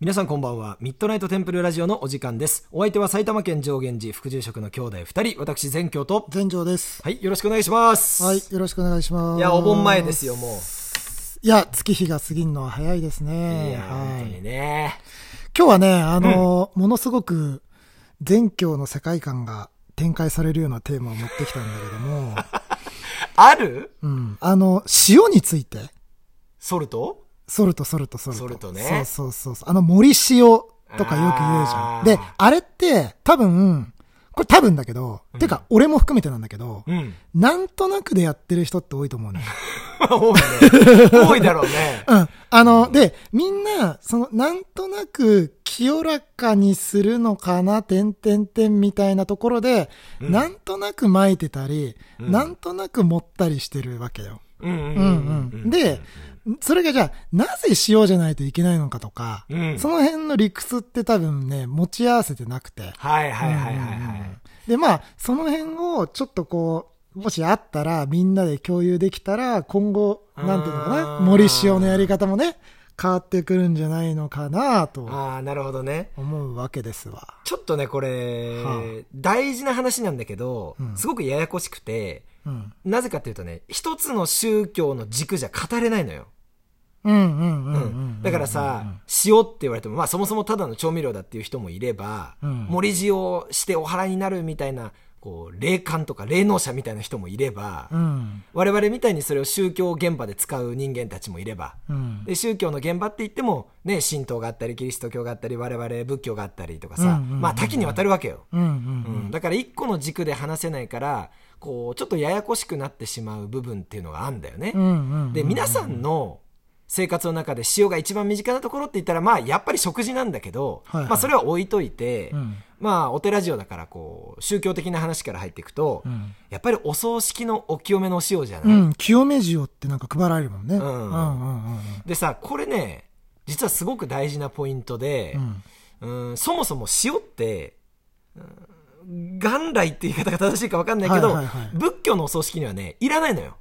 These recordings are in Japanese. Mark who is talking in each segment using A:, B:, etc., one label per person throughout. A: 皆さんこんばんは。ミッドナイトテンプルラジオのお時間です。お相手は埼玉県上元寺副住職の兄弟二人、私善教と、
B: 全城です。
A: はい、よろしくお願いします。
B: はい、よろしくお願いします。
A: いや、お盆前ですよ、も
B: いや、月日が過ぎるのは早いです
A: う。い
B: ね。
A: や、
B: は
A: 本当
B: い。
A: にね。
B: 今日はね、あの、ものすごく、全教の世界観が展開されるようなテーマを持ってきたんだけど も、
A: ある
B: うん。あの、塩について、
A: ソルト
B: ソルト、ソルト、ソルト。
A: ソルトね
B: そうそうそう。あの、森塩とかよく言うじゃ
A: あー
B: ん。で、あれって、多分、これ多分だけど、てか、俺も含めてなんだけど、
A: うん。
B: なんとなくでやってる人って多いと思うね。
A: 多いね。多いだろうね。
B: うん。あの、で、みんな、その、なんとなく、清らかにするのかな、てんてんてんみたいなところで、
A: うん
B: なんとなく巻いてたり、
A: うん
B: なんとなく持ったりしてるわけよ。
A: うんうん
B: うんうん。、で、それがじゃあ、なぜ塩じゃないといけないのかとか、
A: うん
B: その辺の理屈って多分ね、持ち合わせてなくて。
A: はいはいはいはいは
B: うんうんう
A: い
B: ん。で、まあ、その辺をちょっとこう、もしあったら、みんなで共有できたら、今後、なんていうのか
A: あ
B: な、
A: ー
B: 森塩のやり方もね、変わってくるんじゃないのかなと
A: ああ、なるほどね。
B: 思うわけですわ。
A: ちょっとね、これ、
B: は
A: 大事な話なんだけど、
B: うん
A: すごくややこしくて、
B: うん。
A: なぜかっていうとね、一つの宗教の軸じゃ語れないのよ。
B: うんうん
A: う
B: うんんうん。
A: だからさ、塩って言われても、まあそもそもただの調味料だっていう人もいれば、
B: うん
A: 盛り塩をしてお腹になるみたいな、こう、霊感とか霊能者みたいな人もいれば、
B: うん、
A: 我々みたいにそれを宗教現場で使う人間たちもいれば、
B: うん。
A: で宗教の現場って言っても、ね、神道があったりキリスト教があったり我々仏教があったりとかさ、
B: うんうんうん
A: まあ多岐にわたるわけよ、
B: うんうん
A: うんだから一個の軸で話せないからこうちょっとややこしくなってしまう部分っていうのがあるんだよね、
B: うん。うんうん。
A: で皆さんの生活の中で塩が一番身近なところって言ったらまあやっぱり食事なんだけど、
B: はいはい
A: まあ、それは置いといて、
B: うん
A: まあお寺ジオだからこう宗教的な話から入っていくと、
B: うん
A: やっぱりお葬式のお清めのお塩じゃない、
B: うん、清め塩ってなんか配られるもんね。
A: ん
B: うんうんうん
A: でさこれね実はすごく大事なポイントで
B: う、ん。
A: うん、そもそも塩って、うん元来って言い方が正しいか分かんないけど、
B: はいはいはい
A: 仏教のお葬式にはねいらないのよ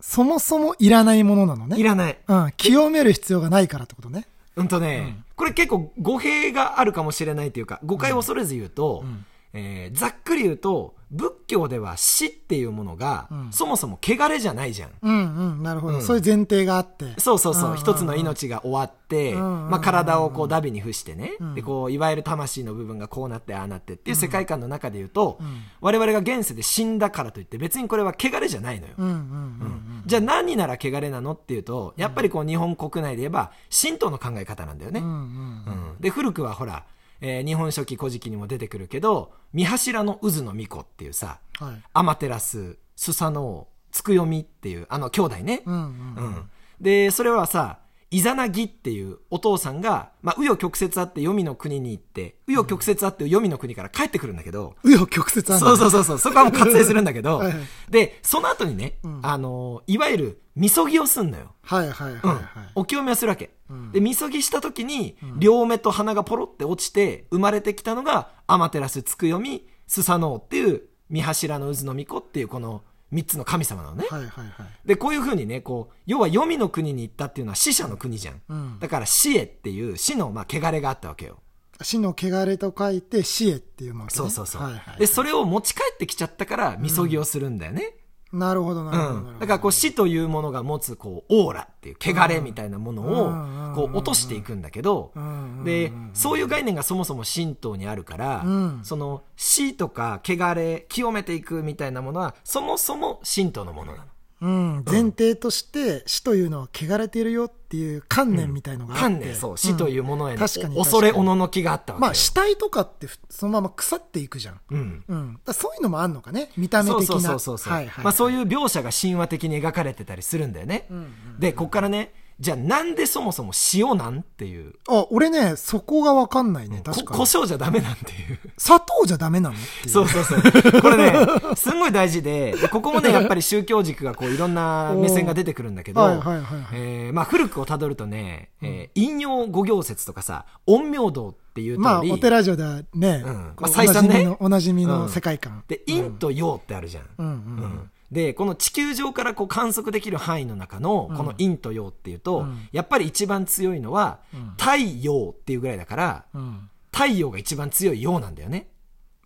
B: そもそもいらないものなのね。
A: いらない
B: うん、清める必要がないからってことね。
A: うんとね、これ結構語弊があるかもしれないというか誤解を恐れず言うと、
B: うん
A: えーざっくり言うと仏教では死っていうものが、
B: うん
A: そもそも汚れじゃないじゃん
B: うんうん、なるほど。
A: うん
B: そういう前提があって。
A: そうそうそう、
B: うん
A: 一つの命が終わって、
B: うんうんうん
A: まあ、体をこうダビに付してね、
B: うん
A: でこういわゆる魂の部分がこうなってああなってっていう世界観の中で言うと、
B: うん
A: 我々が現世で死んだからといって別にこれは汚れじゃないのよ、
B: うんうんうん
A: じゃあ何なら汚れなのっていうとやっぱりこう日本国内で言えば神道の考え方なんだよね、
B: うん。うん
A: うんで古くはほら「えー日本書紀古事記」にも出てくるけど「三柱の渦の巫女」っていうさ
B: うん。はい。
A: 天照スサノオつくよみっていうあの兄弟ね、
B: うんうん
A: う。ん、でそれはさイザナギっていうお父さんが、まあ、紆余曲折あって黄泉の国に行って紆余曲折あって黄泉の国から帰ってくるんだけど、
B: うよ、曲折ある。
A: そうそううそうそうそこはもう割愛するんだけど
B: はいはい
A: でその後にね、
B: うん
A: あのいわゆるみそぎをすんのよ、
B: はいはいはい
A: うん
B: はい。
A: お清めをするわけ、
B: うん
A: でみそぎした時に、両目と鼻がポロって落ちて生まれてきたのがアマテラスつくよみスサノオっていう三柱の渦の巫女っていうこの3つの神様なのね、
B: はいはいはい。
A: で、こういうふうにね、こう、要は黄泉の国に行ったっていうのは死者の国じゃん。
B: うん
A: だから死へっていう死の、まあ、汚れがあったわけよ。
B: 死の汚れと書いて、死へっていうの、ね、
A: そうそうそう。
B: はいはい
A: で、。それを持ち帰ってきちゃったから、みそぎをするんだよね。
B: なるほどな
A: う
B: るほど
A: ん。
B: なるほど。
A: だから、こう、死というものが持つ、こう、オーラっていう、汚れみたいなもの
B: う
A: を、
B: ん
A: こう、落としていくんだけど
B: う、んうん、
A: で、そういう概念がそもそも神道にあるから、
B: うん
A: その、死とか、汚れ、清めていくみたいなものは、そもそも神道のものなの。
B: うん、前提として、死というのは汚れているよっていう観念みたいのがあって。
A: 観念、そう、死というものへ
B: うん
A: の
B: 確かに
A: 恐れおののきがあったわけよ。
B: まあ、死体とかってふそのまま腐っていくじゃん。
A: うん。
B: うん。だからそういうのもあんのかね。見た目
A: そう
B: 的
A: そ
B: な。
A: うそうそうそう、
B: はいはい。
A: まあ、そういう描写が神話的に描かれてたりするんだよね、でこっからねじゃあなんでそもそも塩なんっていう
B: あ、俺ね、そこがわかんないね。
A: こ
B: 確か
A: 胡
B: に。
A: 椒じゃダメなんていう
B: 砂糖じゃダメなのっていう。
A: そうそう そう。これね、すんごい大事で、でここもね、やっぱり宗教軸がこういろんな目線が出てくるんだけど、
B: おーはいはいはいはい
A: えーまあ古くをたどるとね、えー引用五行説とかさ、陰陽道っていう通り、
B: まあ、お寺城ではね、
A: うん
B: こ
A: まあ
B: う
A: 再三ね
B: おなじ
A: う
B: みのおなじみ
A: ん
B: の世界観。
A: で、陰と陽ってあるじゃん。
B: うんうん。
A: うんでこの地球上からこう観測できる範囲の中のこの陰と陽っていうと、
B: うん
A: やっぱり一番強いのは
B: うん
A: 太陽っていうぐらいだから
B: うん。
A: 太陽が一番強い陽なんだよね。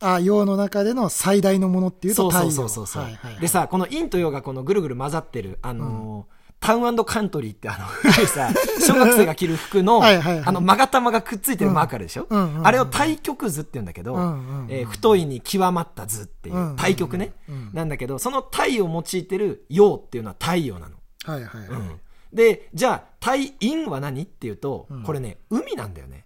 B: あ、陽の中での最大のものっていう
A: そ
B: と
A: う
B: 太
A: そ
B: 陽。
A: うそうそうそう、
B: はいはいはい
A: でさこの陰と陽がこのぐるぐる混ざってるあのータウンカントリーってあの 古いさ、小学生が着る服の、
B: はいはいはい
A: あの、まが玉がくっついてるマークあるでしょ、
B: うんうんうんうん
A: あれを対極図って言うんだけど、
B: うんうんうん
A: えー太いに極まった図っていう、
B: うんうんうん
A: 対極ね、
B: うん
A: なんだけど、その対を用いてる陽っていうのは太陽なの。
B: はいはいはい。
A: で、じゃあ、対陰は何っていうと、
B: ん
A: これね、海なんだよね。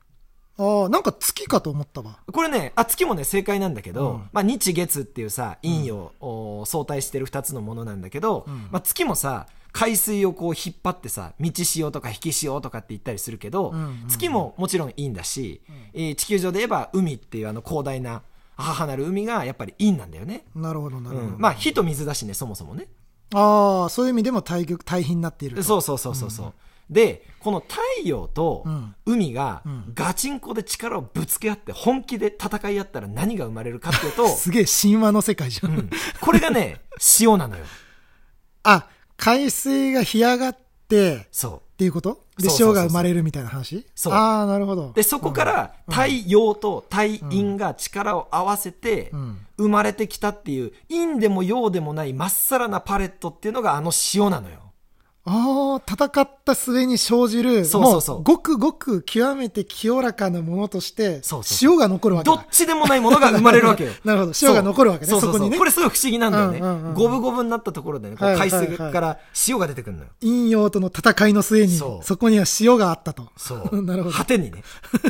B: ああ、なんか月かと思ったわ。
A: これね、あ、月もね、正解なんだけど、
B: うん
A: まあ、日月っていうさ、陰陽を相対してる二つのものなんだけど、
B: ん
A: まあ、月もさ、海水をこう引っ張ってさ、満ち潮とか引き潮とかって言ったりするけど、
B: うんうんうん
A: 月ももちろん陰だし、えー地球上で言えば海っていうあの広大な母なる海がやっぱり陰なんだよね。
B: なるほどな
A: う
B: るほど。
A: ん。まあ、火と水だしね、そもそもね。
B: ああ、そういう意味でも対極、対比になっていると。
A: そうそうそうそうそう、でこの太陽と
B: うん
A: 海が
B: ん
A: ガチンコで力をぶつけ合って本気で戦い合ったら何が生まれるかっていうと、
B: すげえ神話の世界じゃん。
A: うんこれがね塩なのよ
B: あ、海水が干上がって、
A: そ
B: っていうことで
A: そう、そうそう
B: 塩が生まれるみたいな話
A: そう
B: ああ、なるほど。
A: うでそこから太陽と太陰が力を合わせて
B: ん
A: 生まれてきたっていう陰でも陽でもないまっさらなパレットっていうのがあの塩なのよ
B: ああ、戦った末に生じる、
A: そうそうそう
B: もごくごく極めて清らかなものとして、
A: そうそう
B: 塩が残るわけ
A: ど
B: だ。。
A: っちでもないものが生まれるわけよ
B: なるほど塩が残るわけね
A: そうそう
B: そこ
A: う
B: にね
A: これすごい不思議なんだよね。
B: うんうんうん
A: 五分五分になったところでね、こ
B: は
A: う
B: いはい
A: 海
B: はい
A: 水から塩が出てくるのよ。
B: 陰陽との戦いの末に、
A: そ
B: そうこには塩があったと。
A: そ
B: なるほ
A: う。
B: ど
A: 果てにね。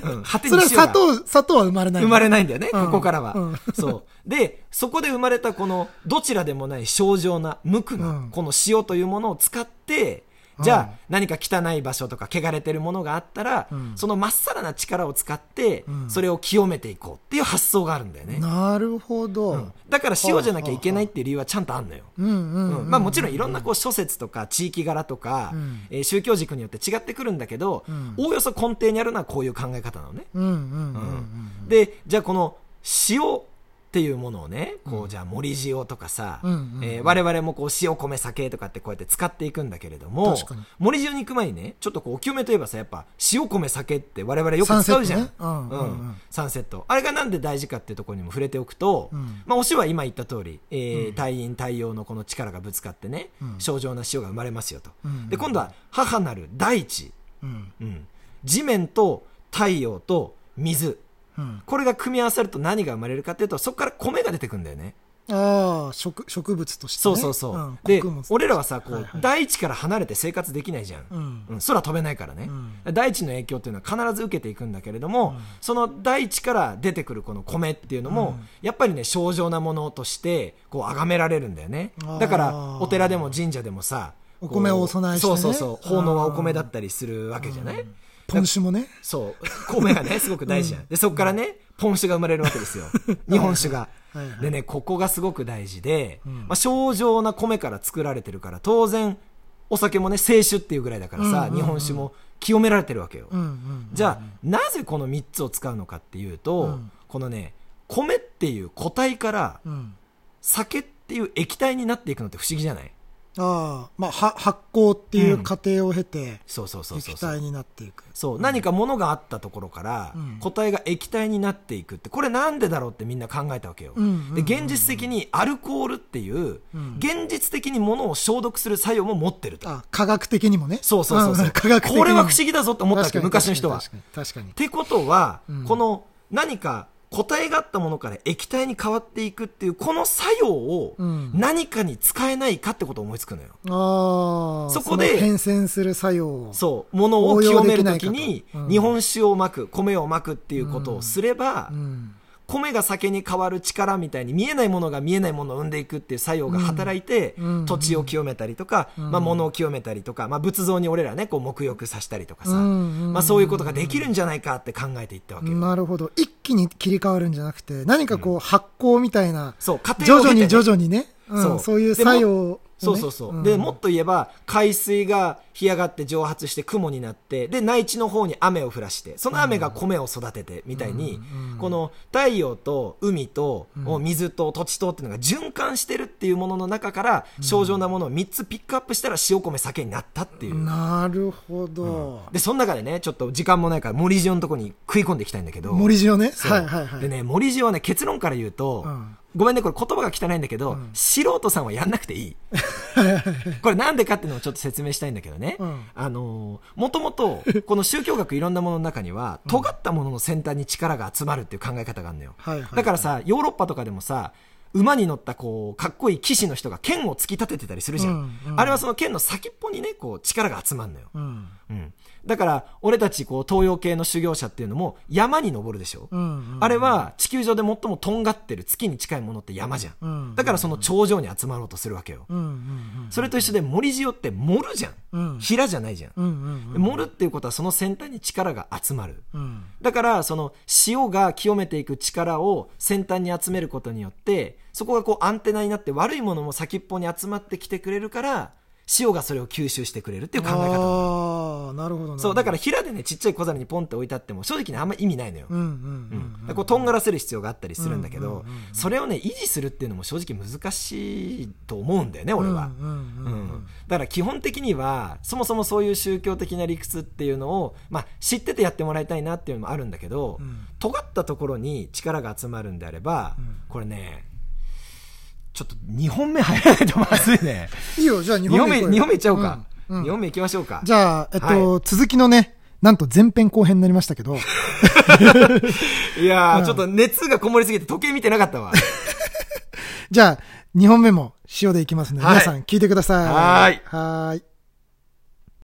A: うん果てに
B: それは
A: 塩が
B: 砂糖、砂糖は生まれない。
A: 生まれないんだよね、
B: うん
A: ここからは。
B: うん
A: そう。で、そこで生まれたこの、どちらでもない症状な、無垢
B: う
A: な、
B: ん
A: この塩というものを使って、じゃあ、何か汚い場所とか汚れてるものがあったら、
B: ん
A: そのまっさらな力を使って、
B: ん
A: それを清めていこうっていう発想があるんだよね。
B: なるほど。
A: うんだから塩じゃなきゃいけないっていう理由はちゃんとあんのよ。
B: うんうん、
A: うんまあもちろんいろんなこう諸説とか地域柄とか、
B: ん
A: えー宗教軸によって違ってくるんだけど、
B: ん
A: おおよそ根底にあるのはこういう考え方なのね。
B: うんうんうん
A: で、じゃあこの塩っていうものをね、こうじゃあ盛り塩とかさ、
B: うんうんうん
A: えー我々もこう塩米酒とかってこうやって使っていくんだけれども
B: 確かに、
A: 盛り塩に行く前にね、ちょっとこうお清めといえばさ、やっぱ塩米酒って我々よく使うじゃん。
B: サンセットねうんうんうん
A: うんサンセット。あれがなんで大事かっていうところにも触れておくと、
B: ん
A: まあお塩は今言った通り、えー太陰太陽のこの力がぶつかってね、正常な塩が生まれますよと。
B: んうん
A: で、今度は母なる大地、
B: うん
A: うん地面と太陽と水。
B: うん
A: これが組み合わさると何が生まれるかっていうとそこから米が出てくるんだよね
B: ああ、植植物として、ね。
A: そうそうそう、
B: ん
A: で
B: 穀物
A: 俺らはさこう、
B: はいはい
A: 大地から離れて生活できないじゃん、
B: うん
A: うん空飛べないからね、大地の影響っていうのは必ず受けていくんだけれども、その大地から出てくるこの米っていうのも、やっぱりね正常なものとしてこう崇められるんだよね
B: あー
A: だからお寺でも神社でもさ
B: お米をお供えしてね
A: こうそうそうそう奉納はお米だったりするわけじゃない、
B: ポン酒もね。
A: そう。米がね、すごく大事じゃん。で、そこからね、ポン酒が生まれるわけです よ。日本酒が
B: はいは。い
A: でね、ここがすごく大事で、まあ、正常な米から作られてるから、当然、お酒もね、清酒っていうぐらいだからさ、日本酒も清められてるわけよ。
B: うんうん。
A: じゃあ、なぜこの3つを使うのかっていうと、
B: うん
A: このね、米っていう固体から
B: うん。
A: 酒っていう液体になっていくのって不思議じゃない
B: ああ、まあ、は発酵っていう過程を経て、
A: そうそうそうそう
B: 液
A: そう。
B: 体になっていく。
A: そう、何か物があったところから、
B: うん
A: 個体が液体になっていくって、これなんでだろうってみんな考えたわけよ。
B: うんうん
A: で、現実的にアルコールっていう、
B: ん
A: 現実的に物を消毒する作用も持ってると。
B: あ、科学的にもね。
A: そうそうそうそ
B: ん
A: う。
B: ん科学的にも
A: これは不思議だぞって思ったわけ
B: 確か
A: よ、
B: に
A: 昔の人は。っ
B: 確かに。確かに。
A: てことは、
B: うん
A: この何か個体があったものから液体に変わっていくっていう、この作用を
B: うん
A: 何かに使えないかってことを思いつくのよ。
B: ああ、
A: そこで
B: の変遷する作用を。
A: そう、物を清めるとき
B: 応用で
A: に
B: きないかとうん
A: 日本酒をまく、米をまくっていうことをすれば、
B: うん。
A: 米が酒に変わる力みたいに見えないものが見えないものを生んでいくっていう作用が働いて、
B: うんうん
A: 土地を清めたりとか、
B: ん
A: まあ、物を清めたりとか、まあ、仏像に俺らねこう沐浴させたりとかさ、
B: うんうん
A: まあ、そういうことができるんじゃないかって考えていったわけよ、
B: なるほど。一気に切り替わるんじゃなくて、何かこう、発酵みたいな、
A: そう家庭
B: 徐
A: を経
B: 々
A: てね
B: に徐々にね、うん
A: そう
B: そういう作用
A: そうそうそう、
B: うん
A: でもっと言えば海水が干上がって蒸発して雲になってで内地の方に雨を降らしてその雨が米を育ててみたいに、この太陽と海と水と土地とっていうのが循環してるっていうものの中から正常なものを3つピックアップしたら塩米酒になったっていう、
B: なるほど。
A: でその中でねちょっと時間もないから森塩のとこに食い込んでいきたいんだけど
B: 森塩ね。
A: そう
B: はいはいはい。
A: でね森塩はね結論から言うと、
B: うん
A: ごめんねこれ言葉が汚いんだけど、素人さんはやんなくていいこれなんでかっていうのをちょっと説明したいんだけどね、
B: うん
A: あのーもともとこの宗教学いろんなものの中には尖ったものの先端に力が集まるっていう考え方があるのよ、
B: はいはいはい
A: だからさヨーロッパとかでもさ馬に乗ったこうかっこいい騎士の人が剣を突き立ててたりするじゃん、
B: うんうん
A: あれはその剣の先っぽにねこう力が集まるのよ、
B: うん。
A: うん、だから俺たちこう東洋系の修行者っていうのも山に登るでしょ、
B: うんうん
A: あれは地球上で最もとんがってる月に近いものって山じゃん、
B: うん
A: だからその頂上に集まろうとするわけよ、
B: うんうん
A: それと一緒で森塩って盛るじゃん、
B: うん
A: 平じゃないじゃん、
B: うん。うんうん
A: で盛るっていうことはその先端に力が集まる
B: うん。うん
A: だからその塩が清めていく力を先端に集めることによってそこがこうアンテナになって悪いものも先っぽに集まってきてくれるから塩がそれを吸収してくれるっていう考え方なの
B: ああ、なるほどなるほど。、
A: そう、だかららヒラでね、ちっちゃい小皿にポンって置いてあっても、正直ね、あんま意味ないのよ。
B: う
A: うんん
B: うん
A: だからこうとんがらせる必要があったりするんだけ
B: うんうん
A: ど
B: うんうん、
A: それをね、維持するっていうのも正直難しいと思うんだよね、俺
B: うん。
A: は。
B: うんうん
A: う
B: うん
A: ん、だから基本的にはそもそもそういう宗教的な理屈っていうのを、まあ、知っててやってもらいたいなっていうのもあるんだけど、
B: うん
A: 尖ったところに力が集まるんであれば、
B: ん
A: これねちょっと2本目入らないとまずい ね
B: いいよ、じゃあ日
A: 2本
B: 本目
A: 目
B: 行こ
A: 2
B: よ。
A: 本目いっちゃおうか、
B: う
A: 二
B: んうん
A: 2本目いきましょうか
B: じゃあ、えっ
A: は
B: と、続きのね、なんと前編後編になりましたけど、
A: いやー、ちょっと熱がこもりすぎて時計見てなかったわ。
B: じゃあ、2本目も塩でいきますので、
A: はい
B: 皆さん聞いてください。
A: はーい
B: はーい。